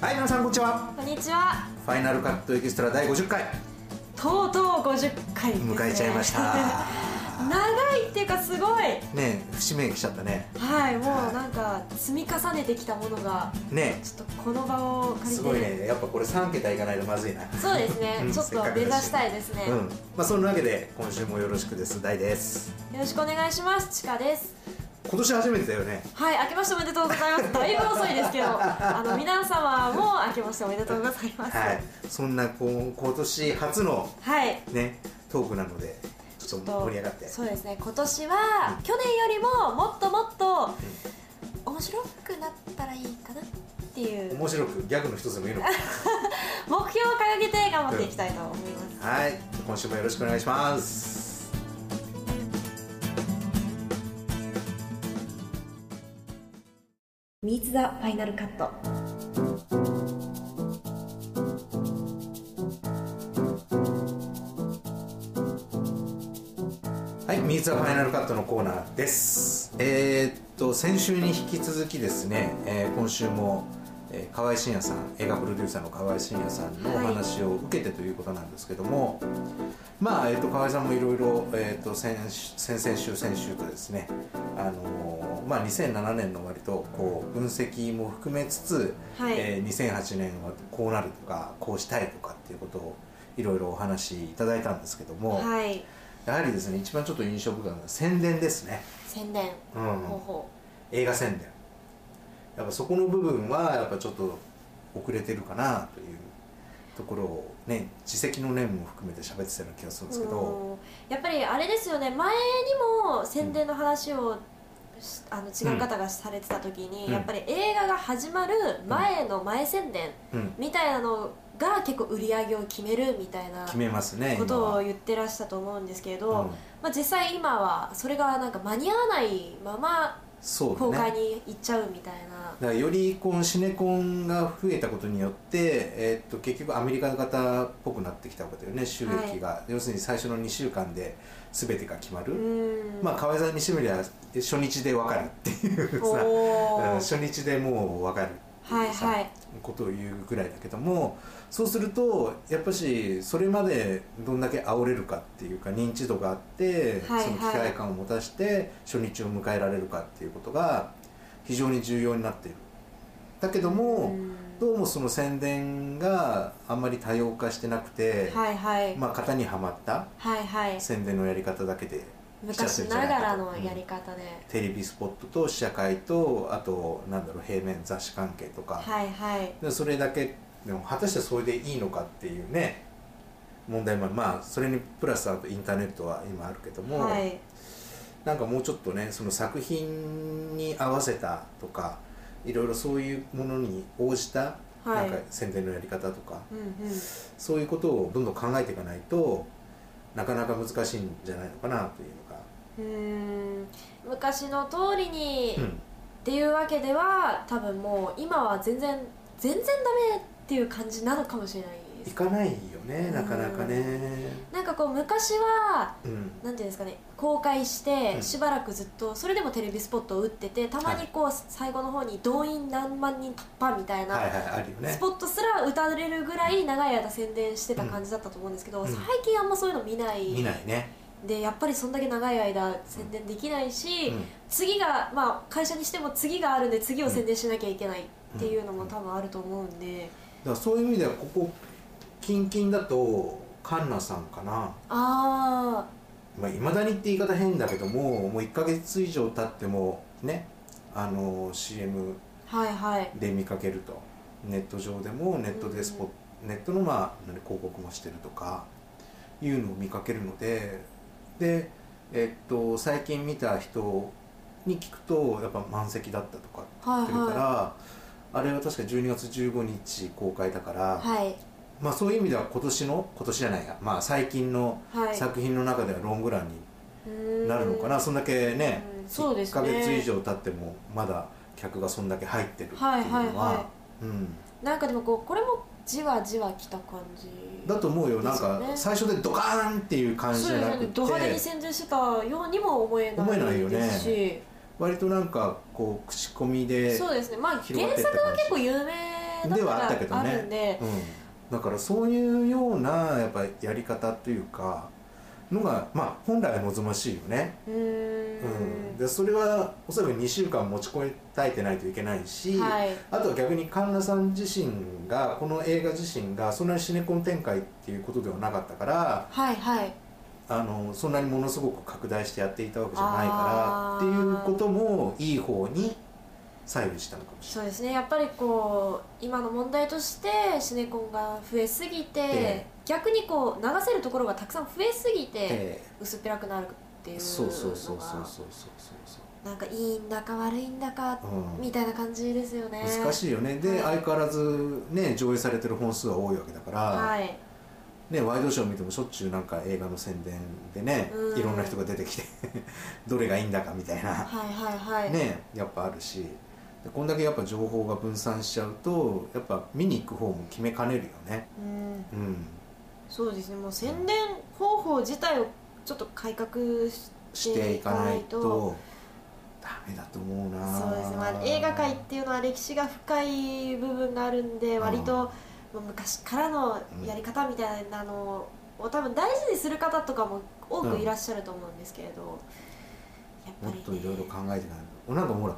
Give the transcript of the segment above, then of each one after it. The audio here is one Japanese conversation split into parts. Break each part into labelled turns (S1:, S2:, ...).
S1: 皆さんこんにちは
S2: こんにちは。
S1: ファイナルカットエキストラ第50回
S2: とうとう50回です、ね、
S1: 迎えちゃいました
S2: 長いっていうかすごい。
S1: ねえ節目来ちゃったね
S2: はい、もうなんか積み重ねてきたものが
S1: ね
S2: ちょっとこの場を
S1: え
S2: 借り
S1: す
S2: て。
S1: ごいねやっぱこれ3桁いかないとまずいな
S2: そうですね
S1: うん。
S2: ちょっ
S1: せっ
S2: と
S1: かく
S2: 目
S1: だし
S2: 指したいですね。
S1: うんまあそんなわけで今週もよろしくです大です
S2: よろしくお願いします。ちかです。
S1: 今年初めてだよね
S2: はい、明けましておめでとうございます。だいぶ遅いですけど、あの皆様も明けましておめでとうございます。
S1: はいそんなこう今年初の
S2: はい。
S1: ねトークなのでちょっと盛り上がって
S2: そうですね。今年は去年よりももっともっと面白くなったらいいかなっていう
S1: 面白くギャグの一つでもいいの か
S2: 目標を掲げて頑張っていきたいと思います、
S1: はい今週もよろしくお願いします
S2: ミーツザファイナルカット
S1: はい、ミーツはファイナルカットのコーナーです。えー、っと、先週に引き続きですね、えー今週も、えー河合慎也さん、映画プロデューサーの河合慎也さんのお
S2: はい
S1: 話を受けてということなんですけども、まあ、えーっと、河合さんもいろいろ、えーっと、先週先々週、先週とですね、あのーまあ、2007年の割と、こう、分析も含めつつ、
S2: はい
S1: えー2008年はこうなるとか、こうしたいとかっていうことを、いろいろお話しいただいたんですけども、
S2: はい
S1: やはりですね一番ちょっと印象深いのは宣伝ですね、
S2: 宣伝
S1: う
S2: 方
S1: ん、
S2: 法、
S1: 映画宣伝やっぱそこの部分はやっぱちょっと遅れてるかなというところをね自責の念も含めて喋ってたような気がするんですけど
S2: うんやっぱりあれですよね前にも宣伝の話をし、あの違う方がされてた時に、
S1: うん
S2: やっぱり映画が始まる前の前宣伝
S1: うん
S2: みたいなのが結構売り上げを決めるみたいな
S1: 決めますね
S2: こ
S1: 今
S2: とを
S1: は
S2: 言ってらしたと思うんですけれど、
S1: うん
S2: まあ、実際今はそれがなんか間に合わないまま
S1: そう
S2: 公
S1: だ
S2: 開
S1: ね
S2: に行っちゃうみたいな、
S1: だからよりこうシネコンが増えたことによって、えーっと結局アメリカ型っぽくなってきたわけだよね収益が、要するに最初の2週間で全てが決まる、
S2: うん
S1: まあ河合さんにしてみりゃ初日で分かるっていうさ
S2: おー
S1: うん初日でもう分かる
S2: はいはい
S1: ことを言うぐらいだけどもそうするとやっぱしそれまでどんだけ煽れるかっていうか認知度があって、
S2: はいはい
S1: その期待感を持たして初日を迎えられるかっていうことが非常に重要になっている。だけども、
S2: うん
S1: どうもその宣伝があんまり多様化してなくて、
S2: はいはい、
S1: まあ型にはまった
S2: はいはい
S1: 宣伝のやり方だけで来ちゃっ
S2: 昔
S1: てるんじゃ
S2: ないが
S1: からと
S2: のやり方で、
S1: テレビスポットと試写会とあとなんだろう平面雑誌関係とか、
S2: はいはい
S1: でそれだけでも果たしてそれでいいのかっていうね問題もあるまあそれにプラスあとインターネットは今あるけども、
S2: はい
S1: なんかもうちょっとねその作品に合わせたとかいろいろそういうものに応じた、
S2: はい
S1: なんか宣伝のやり方とか
S2: うんうん
S1: そういうことをどんどん考えていかないとなかなか難しいんじゃないのかなというのが。
S2: うーん昔の通りに、
S1: う
S2: っ
S1: ん
S2: ていうわけでは多分もう今は全然全然ダメっていう感じなのかもしれないで
S1: い
S2: す
S1: かないよねなかなかね。
S2: なんかこう昔は
S1: うん
S2: なんていうんですかね公開し
S1: うん
S2: てしばらくずっとそれでもテレビスポットを打っててたまにこう最後の方に動員何万人突破みたいな
S1: はいはいあるよね
S2: スポットすら打たれるぐらい長い間宣伝してた感じだったと思うんですけど、
S1: うん
S2: 最近あんまそういうの見ない
S1: 見ないね、
S2: でやっぱりそんだけ長い間宣伝できないし、
S1: うん
S2: 次が、まあ、会社にしても次があるんで次を宣伝しなきゃいけないっていうのも多分あると思うんで、
S1: だからそういう意味ではここ近々だとカンナさんかな
S2: あ
S1: まあ、未だにって言い方変だけどももう1ヶ月以上経ってもねあの CM
S2: あはいはい
S1: で見かけるとネット上でもネットでスポ、ネットのまあ何広告もしてるとかいうのを見かけるのででえっと最近見た人に聞くとやっぱ満席だったとかって
S2: はい
S1: 言ってるから、
S2: は
S1: あれは確か12月15日公開だから、
S2: いはい
S1: まあ、そういう意味では今年の今年じゃないや、まあ、最近の
S2: はい
S1: 作品の中ではロングランになるのかな、そんだけね
S2: うんそうですね
S1: 1ヶ月以上経ってもまだ客がそんだけ入ってるっていうのは、
S2: はいはいは
S1: うん、
S2: うんなんかでもこうこれもじわじわきた感じ
S1: だと思うよなんか
S2: ですよね
S1: 最初でドカーンっていう感じじ
S2: そう
S1: ゃ
S2: です
S1: な
S2: よ
S1: く
S2: ね
S1: て
S2: ド派手に宣伝してたようにも思えな
S1: 思えないよ
S2: い
S1: ね
S2: ですし、
S1: 割となんかこう口コミで
S2: そうですねまあ原
S1: 広がって
S2: 作
S1: った感
S2: は
S1: じ
S2: 結構有名どこ
S1: ではあ
S2: か
S1: ったけど
S2: あ
S1: ね
S2: るんで
S1: うん、だからそういうようなやっぱやり方というかのが、まあ、本来は望ましいよね、
S2: うー
S1: うん
S2: ん
S1: でそれはおそらく2週間持ちこたえてないといけないし、
S2: はい
S1: あとは逆に神田さん自身がこの映画自身がそんなにシネコン展開っていうことではなかったから
S2: はいはい
S1: あのそんなにものすごく拡大してやっていたわけじゃないからっていうこともいい方に左右したのかもし
S2: そうですねやっぱりこう今の問題としてシネコンが増えすぎて、
S1: え
S2: 逆にこう流せるところがたくさん増えすぎ
S1: れない。
S2: て
S1: え
S2: 薄っぺらくなるっていうの
S1: え
S2: が
S1: そうそうそうそうそうそうそうそう
S2: なんかいいんだか悪いんだか
S1: うん
S2: みたいな感じですよね、
S1: 難しいよねで、
S2: はい
S1: 相変わらずね上映されてる本数は多いわけだから、
S2: はい
S1: ね、ワイドショー見てもしょっちゅうなんか映画の宣伝でね、
S2: うん
S1: いろんな人が出てきて どれがいいんだかみたいな、
S2: はいはいはい、
S1: ねやっぱあるしでこんだけやっぱ情報が分散しちゃうとやっぱ見に行く方も決めかねるよね
S2: うん
S1: うん
S2: そうですねもう宣伝方法自体をちょっと改革し
S1: していかない
S2: 行
S1: とダメだと思うな
S2: そうですね、まあ、映画界っていうのは歴史が深い部分があるんで
S1: うん
S2: 割と、まあ昔からのやり方みたいなのを多分大事にする方とかも多くいらっしゃると思うんですけれど、
S1: も
S2: やっ
S1: っ
S2: ぱり、ね、
S1: といろいろ考えていかないとなんかもうほら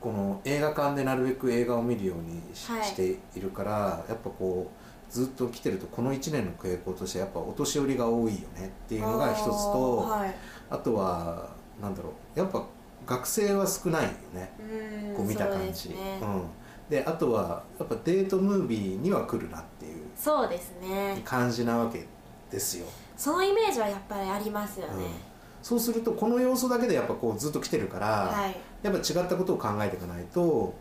S1: この映画館でなるべく映画を見るようにし,、
S2: はい
S1: ているからやっぱこうずっと来てるとこの1年の傾向としてやっぱお年寄りが多いよねっていうのが一つと
S2: あ
S1: あ,、
S2: ーはい、
S1: とはなんだろうやっぱ学生は少ないよね
S2: うん
S1: こう見た
S2: そ
S1: 感
S2: う
S1: じ
S2: ですね,、
S1: ん、であとはやっぱデートムービーには来るなっていう
S2: そうですね
S1: 感じなわけですよ、
S2: そのイメージはやっぱりありますよね
S1: うん、そうするとこの要素だけでやっぱこうずっと来てるから、
S2: はい、
S1: やっぱ違ったことを考えていかないと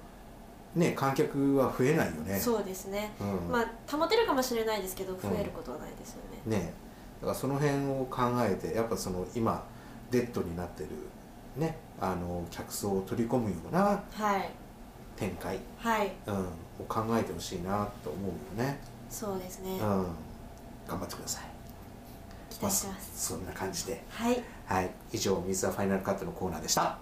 S1: ね観客は増えないよね
S2: そうですね
S1: う、ん
S2: まあ保てるかもしれないですけど増えることはないですよね、
S1: ねだからその辺を考えてやっぱその今デッドになってるねあの客層を取り込むような
S2: はい
S1: 展開、
S2: はい
S1: うん、を考えてほしいなと思うよね、
S2: そうですね、
S1: うん、頑張ってください
S2: 期待してます、
S1: そんな感じで
S2: はい
S1: はい以上「水はファイナルカット」のコーナーでした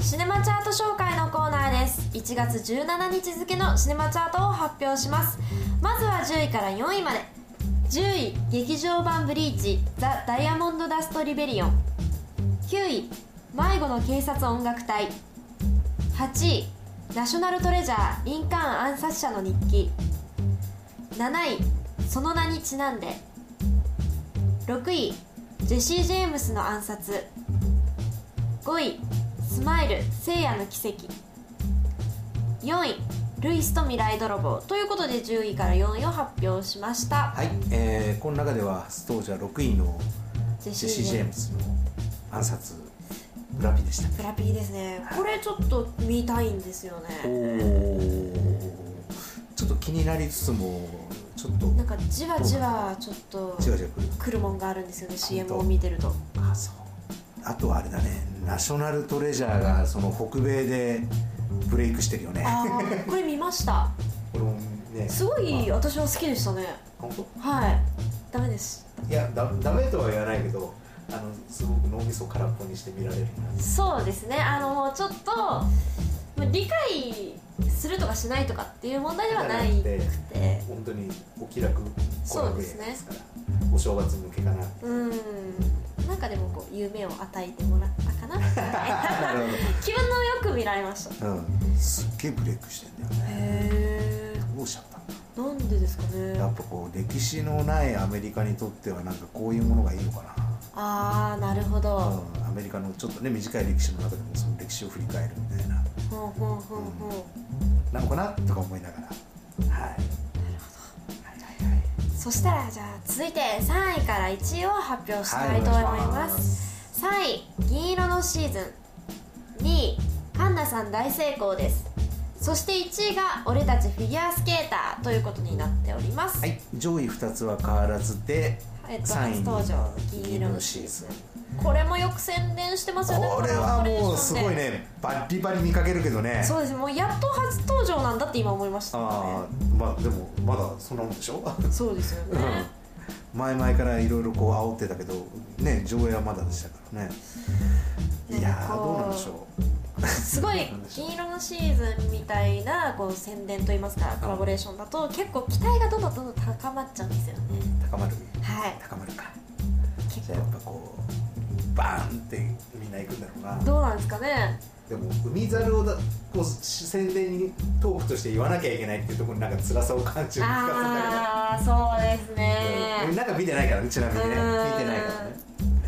S2: シネマチャート紹介のコーナーです1月17日付のシネマチャートを発表しますまずは10位から4位まで10位劇場版ブリーチ「ザ・ダイヤモンド・ダスト・リベリオン」9位迷子の警察音楽隊8位ナショナルトレジャーリンカーン暗殺者の日記7位その名にちなんで6位ジェシー・ジェームスの暗殺5位スマイル聖夜の奇跡4位ルイスと未来泥棒ということで10位から4位を発表しました
S1: はい、えー、この中では初登場6位の
S2: ジェ
S1: ジェシー・ジェームスの暗殺裏ピでした
S2: ブラピーですねこれちょっと見たいんですよ
S1: お
S2: ね
S1: ーちょっと気になりつつもちょっと
S2: なんかじわじわちょっと
S1: 違う違う
S2: 来るもんがあるんですよね CM
S1: 本
S2: を
S1: 当
S2: 見てると
S1: あそうあとはあれだねナショナルトレジャーがその北米でブレイクしてるよね
S2: ああこれ見ました
S1: これもね
S2: すごい
S1: まあ
S2: 私は好きでしたね
S1: 本
S2: はいダメです
S1: 当いやだダメとは言わないけどあのすごく脳みそを空っぽにして見られるな
S2: そうですねあのもうちょっとまあ理解するとかしないとかっていう問題ではないく
S1: じゃなく
S2: て
S1: 本当にお気楽
S2: そ
S1: こ
S2: うで
S1: れ
S2: すね
S1: ですからお正月向けかな
S2: うんなんかでもこう夢を与えてもらったかな みたい な
S1: なる
S2: 気分のよく見られました
S1: ほど、うん、すっげえブレイクしてんだよね
S2: へ
S1: どうしちゃったんだ
S2: えなんでですかね
S1: やっぱこう歴史のないアメリカにとってはなんかこういうものがいいのか
S2: ああなるほど、
S1: な、うん、アメリカのちょっとね短い歴史の中でもその歴史を振り返るみたいな
S2: ほうほうほうほう、
S1: なのかなとか思いながらはい
S2: そしたらじゃあ続いて3位から1位を発表したいと思います、
S1: す
S2: 3位銀色のシーズン2位カンナさん大成功ですそして1位が俺たちフィギュアスケーターということになっております、
S1: はい上位2つは変わらずで
S2: えっと、
S1: 3
S2: 初
S1: 位
S2: 登場銀
S1: 銀
S2: 色
S1: 色
S2: の
S1: の
S2: シ
S1: シ
S2: ー
S1: ー
S2: ズ
S1: ズ
S2: ンこれもよく宣伝してますよね
S1: これはもうすごい
S2: コラボレーション
S1: ねバリバリ見かけるけどね
S2: でそうですもうやっと初登場なんだって今思いましたね
S1: ああまあでもまだそんなもんでしょ
S2: そうですよ
S1: うん
S2: ね、
S1: 前々からいろいろこう煽ってたけどね上映はまだでしたからねいや
S2: なんか
S1: ー
S2: こう
S1: どうなんでしょう
S2: すごい銀色のシーズンみたいなこう宣伝といいますかコラボレーションだと結構期待がどんどんどんどん高まっちゃうんですよね
S1: 高まる
S2: はい
S1: 高まるか
S2: 結
S1: じゃあや
S2: 構
S1: っぱこうバーンってみんな行くんだろうな
S2: どうなんですかね
S1: でも海猿をだこう宣伝にトークとして言わなきゃいけないっていうところになんか辛さを感じる気がするんだけど
S2: ああそうです
S1: うん俺
S2: ね
S1: なんか見てないからねちなみにね見てないからね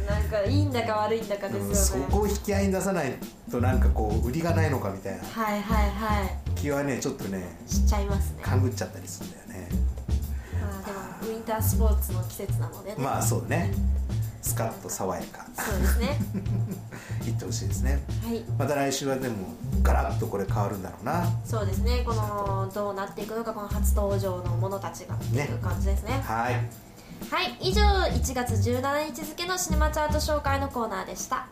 S2: なんかいいんだか悪いんだか
S1: うん
S2: です
S1: そ
S2: よね
S1: こを引き合いに出さないとなんかこう売りがないのかみたいな
S2: はいはいは
S1: 気はねちょっとね
S2: いしちゃいますね
S1: 勘ぐっちゃったりするんだよね
S2: まあでもウィンタースポーツの季節なので
S1: まあそうねスカッと爽やか
S2: そうですね
S1: いってほしいですね
S2: はい
S1: また来週はでもガラッとこれ変わるんだろうな
S2: そうですねこのどうなっていくのかこの初登場の者たちがっていう感じですね
S1: はい
S2: はい以上1月17日付のシネマチャート紹介のコーナーでした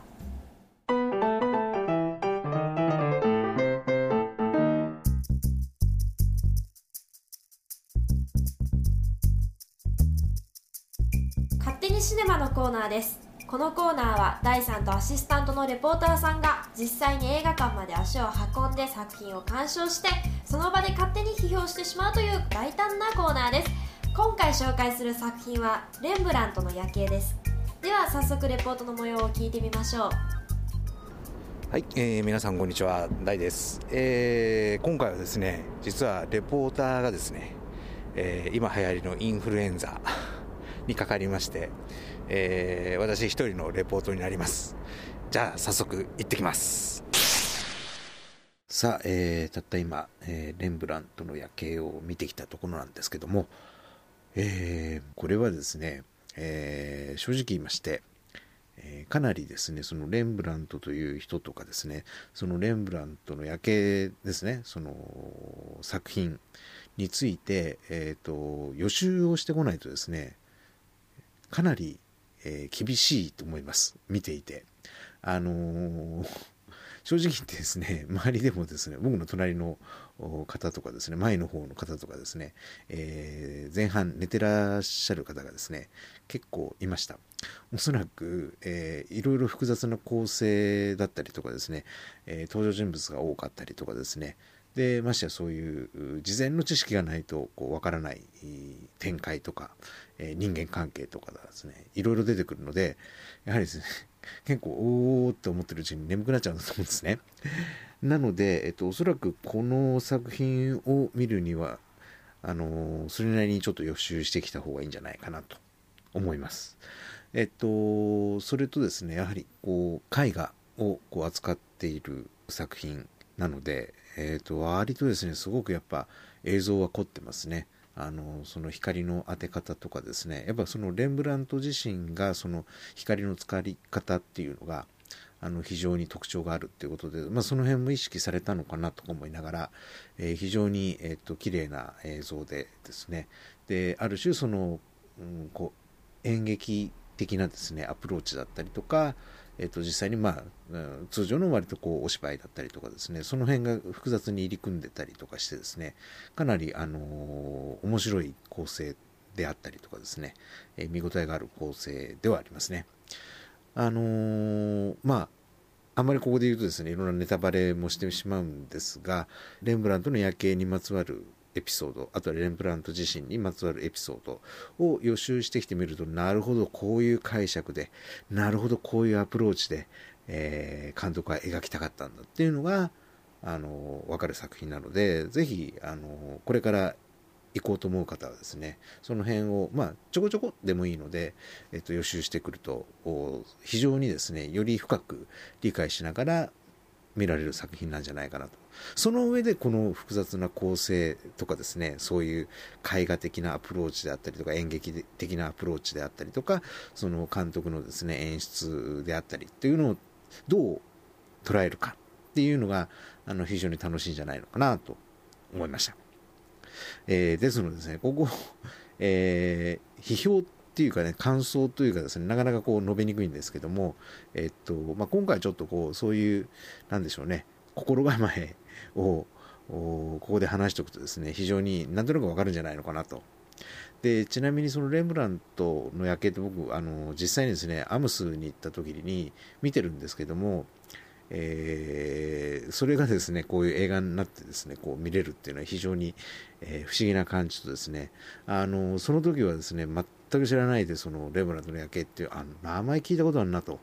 S2: 勝手にシネマのコーナーですこのコーナーは第3とアシスタントのレポーターさんが実際に映画館まで足を運んで作品を鑑賞してその場で勝手に批評してしまうという大胆なコーナーです今回紹介する作品はレンブラントの夜景ですでは早速レポートの模様を聞いてみましょう
S1: はい、えー皆さんこんにちは、大です、えー今回はですね、実はレポーターがですね、えー今流行りのインフルエンザ にかかりまして、えー私一人のレポートになります。じゃあ早速行ってきます。さあ、えーたった今、えーレンブラントの夜景を見てきたところなんですけども、えーこれはですね、えー正直言いまして、えーかなりですねそのレンブラントという人とかですねそのレンブラントの夜景ですねその作品について、えー、と予習をしてこないとですねかなり、えー厳しいと思います見ていてあのー 正直言ってですね周りでもですね僕の隣のお方とかですね前の方の方とかですね、えー前半寝てらっしゃる方がですね結構いましたおそらく、えーいろいろ複雑な構成だったりとかですね、えー登場人物が多かったりとかですねでましてやそういうう事前の知識がないとこうわからないえー展開とか、えー人間関係とかがですねいろいろ出てくるのでやはりですね 結構おーって思ってるうちに眠くなっちゃうんだと思うんですね。なので、えっと、おそらくこの作品を見るにはあのーそれなりにちょっと予習してきた方がいいんじゃないかなと思います。えっと、それとですね、やはりこう絵画をこう扱っている作品なので、えっと、割とですね、すごくやっぱ映像は凝ってますね。あのその光の当て方とかですねやっぱそのレンブラント自身がその光の使い方っていうのがあの非常に特徴があるっていうことで、まあ、その辺も意識されたのかなとか思いながら、えー非常に、えっと綺麗な映像でですねである種その、うん、こう演劇的なですねアプローチだったりとか、えっと実際に、まあうん通常の割とこうお芝居だったりとかですねその辺が複雑に入り組んでたりとかしてですねかなり、あのー面白い構成であったりとかですね、えー見応えがある構成ではありますね。あのーまあ、あんまりここで言うとですね、いろんなネタバレもしてしまうんですが、レンブラントの夜景にまつわるエピソード、あとはレンブラント自身にまつわるエピソードを予習してきてみると、なるほど、こういう解釈で、なるほど、こういうアプローチで、えー監督は描きたかったんだっていうのが、あのーわかる作品なので、ぜひ、あのーこれから行こうと思う方はですね、その辺を、まあ、ちょこちょこでもいいので、えっと、予習してくると、お非常にですね、より深く理解しながら見られる作品なんじゃないかなと。その上で、この複雑な構成とかですね、そういう絵画的なアプローチであったりとか、演劇的なアプローチであったりとか、その監督のですね、演出であったりっていうのをどう捉えるかっていうのが、あの、非常に楽しいんじゃないのかなと思いました。えーですのでですね、ここ、えー批評っていうかね、感想というかですね、なかなかこう述べにくいんですけども、えっと、まあ、今回ちょっとこう、そういう、なんでしょうね、心構えを、おここで話しておくとですね、非常になんとなくわかるんじゃないのかなとでちなみにそのレンブラントの夜景って僕あの実際にですねアムスに行った時に見てるんですけども、えーそれがですねこういう映画になってですねこう見れるっていうのは非常に、えー不思議な感じとですねあのその時はですね全く知らないでそのレンブラントの夜景っていうあの名前聞いたことあるなと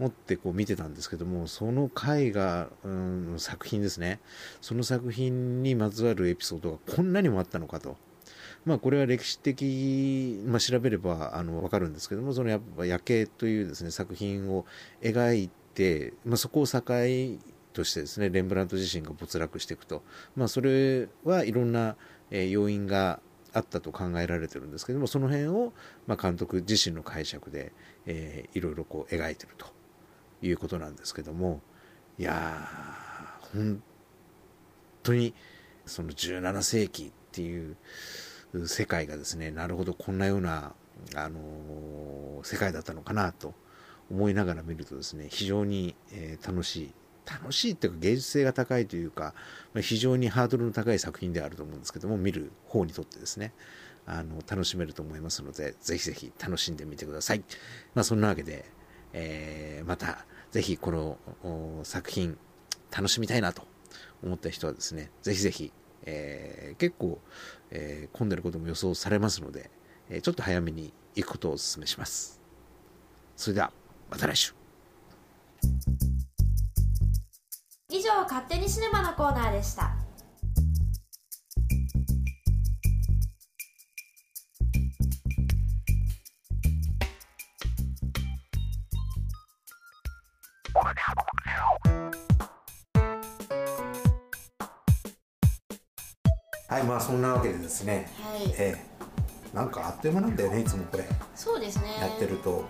S1: 思ってこう見てたんですけどもその絵画、うん、作品ですねその作品にまつわるエピソードがこんなにもあったのかと。まあ、これは歴史的、まあ、調べればあの分かるんですけどもそのやっぱ夜景というです、ね、作品を描いて、まあ、そこを境としてですねレンブラント自身が没落していくと、まあ、それはいろんな、えー要因があったと考えられてるんですけどもその辺を、まあ、監督自身の解釈で、えーいろいろこう描いてるということなんですけどもいやー本当にその17世紀っていう世界がですねなるほどこんなような、あのー世界だったのかなと思いながら見るとですね非常に、えー楽しい楽しいっていうか芸術性が高いというか、まあ、非常にハードルの高い作品であると思うんですけども見る方にとってですねあの楽しめると思いますのでぜひぜひ楽しんでみてください、まあ、そんなわけで、えーまたぜひこのお作品楽しみたいなと思った人はですねぜひぜひ、えー結構えー混んでることも予想されますので、えーちょっと早めに行くことをお勧めします。それでは、また来週。
S2: 以上勝手にシネマのコーナーでした
S1: はい、まあそんなわけでですね、
S2: はい
S1: ええなんかあっという間なんだよね、いつもこれや
S2: そうですね
S1: ってると。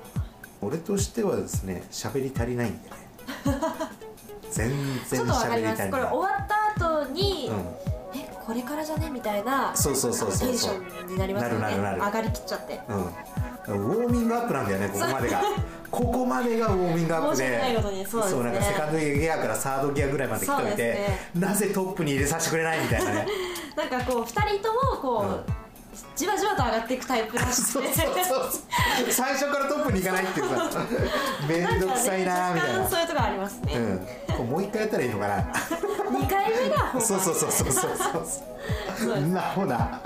S1: 俺としてはですね、喋り足りない んでね。全
S2: ち
S1: 然
S2: ょっとわ
S1: 喋
S2: か
S1: り
S2: りま
S1: 足
S2: す
S1: り
S2: これ
S1: ない。
S2: 終わった後に、
S1: うん、
S2: えこれからじゃねみたいな
S1: そうそうそうそうそう
S2: テンションになりますよね
S1: なるなるなる
S2: 上がりきっちゃって
S1: うん、ウォーミングアップなんだよねここまでがここまでがウォーミングアップ
S2: 申し
S1: で
S2: 訳ないことにそうですね
S1: なんかセカンドギアからサードギアぐらいまで来とい
S2: そう
S1: て、
S2: ですね
S1: なぜトップに入れさせてくれないみたい なね
S2: なんかこう2人ともこう、
S1: うん
S2: じわじわと上がっていくタイプらし
S1: そう
S2: く
S1: そう
S2: て
S1: そう最初からトップに行かないっていうさめんどくさいなーみたい
S2: んかね若干
S1: な
S2: そういうとこありますね、
S1: うん、こうもう一回やったらいいのかな
S2: 2回目が本番
S1: そうそうそうそうそう
S2: そう
S1: そ
S2: です
S1: んな ほな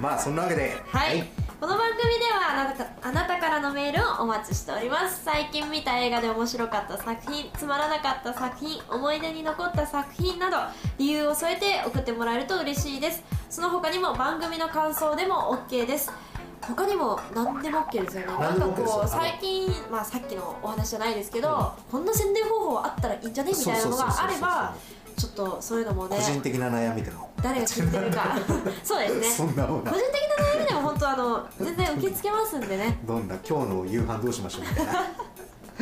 S1: まあそんなわけで
S2: はい、この番組ではあなたあなたからのメールをお待ちしております最近見た映画で面白かった作品つまらなかった作品思い出に残った作品など理由を添えて送ってもらえると嬉しいですその他にも番組の感想でも OK です他にも何でも OK ですよねな
S1: 何
S2: ん
S1: で
S2: か
S1: も OK です
S2: こ
S1: よ
S2: う最近、まあ、さっきのお話じゃないですけど、こんな宣伝方法あったらいいんじゃねみたいなのがあればちょっとそういうのもね
S1: 個人的な悩みでも
S2: 誰が聞いてる かそうですね
S1: そんなもん
S2: 個人的な悩みでも本当あの全然受け付けますんでね
S1: どんな今日の夕飯どうしましょうみたい な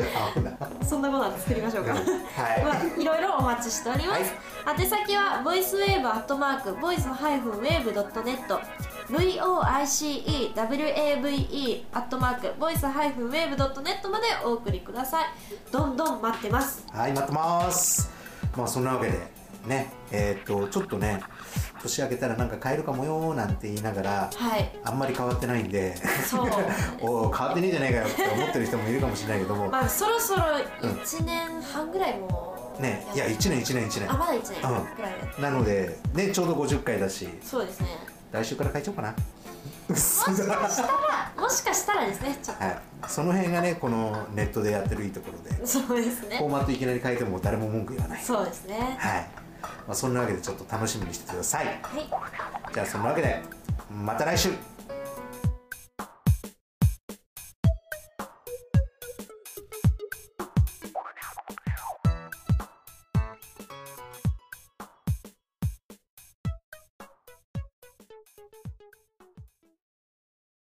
S1: あほな
S2: そんなことなんて作りましょうか、
S1: うんはい
S2: まあ、いろいろお待ちしております、宛先はボイスウェーブアットマークボイスハイフンウェーブドットネット VOICEWAVE アットマークボイスハイフンウェーブドットネットまでお送りくださいどんどん待ってます
S1: はい待ってますまあそんなわけでねえっ、とちょっとね年明けたらなんか変えるかもよーなんて言いながら
S2: はい
S1: あんまり変わってない んで
S2: そう
S1: おー変わってねえじゃないかよって思ってる人もいるかもしれないけども
S2: まあそろそろ1年半ぐらいもう
S1: ねいや1年1年1
S2: あまだ1年
S1: うん
S2: ぐらいや
S1: 年なのでねちょうど50回だし
S2: そうですね
S1: 来週から変えちゃおうかな
S2: もしかしたらもしかしたらですねちょっ
S1: はいその辺がねこのネットでやってるいいところで
S2: とそうですね
S1: フォーマットいきなり変えても誰も文句言わない
S2: そうですね
S1: はい、まあ、そんなわけでちょっと楽しみにしててください
S2: はい
S1: じゃあそんなわけでまた来週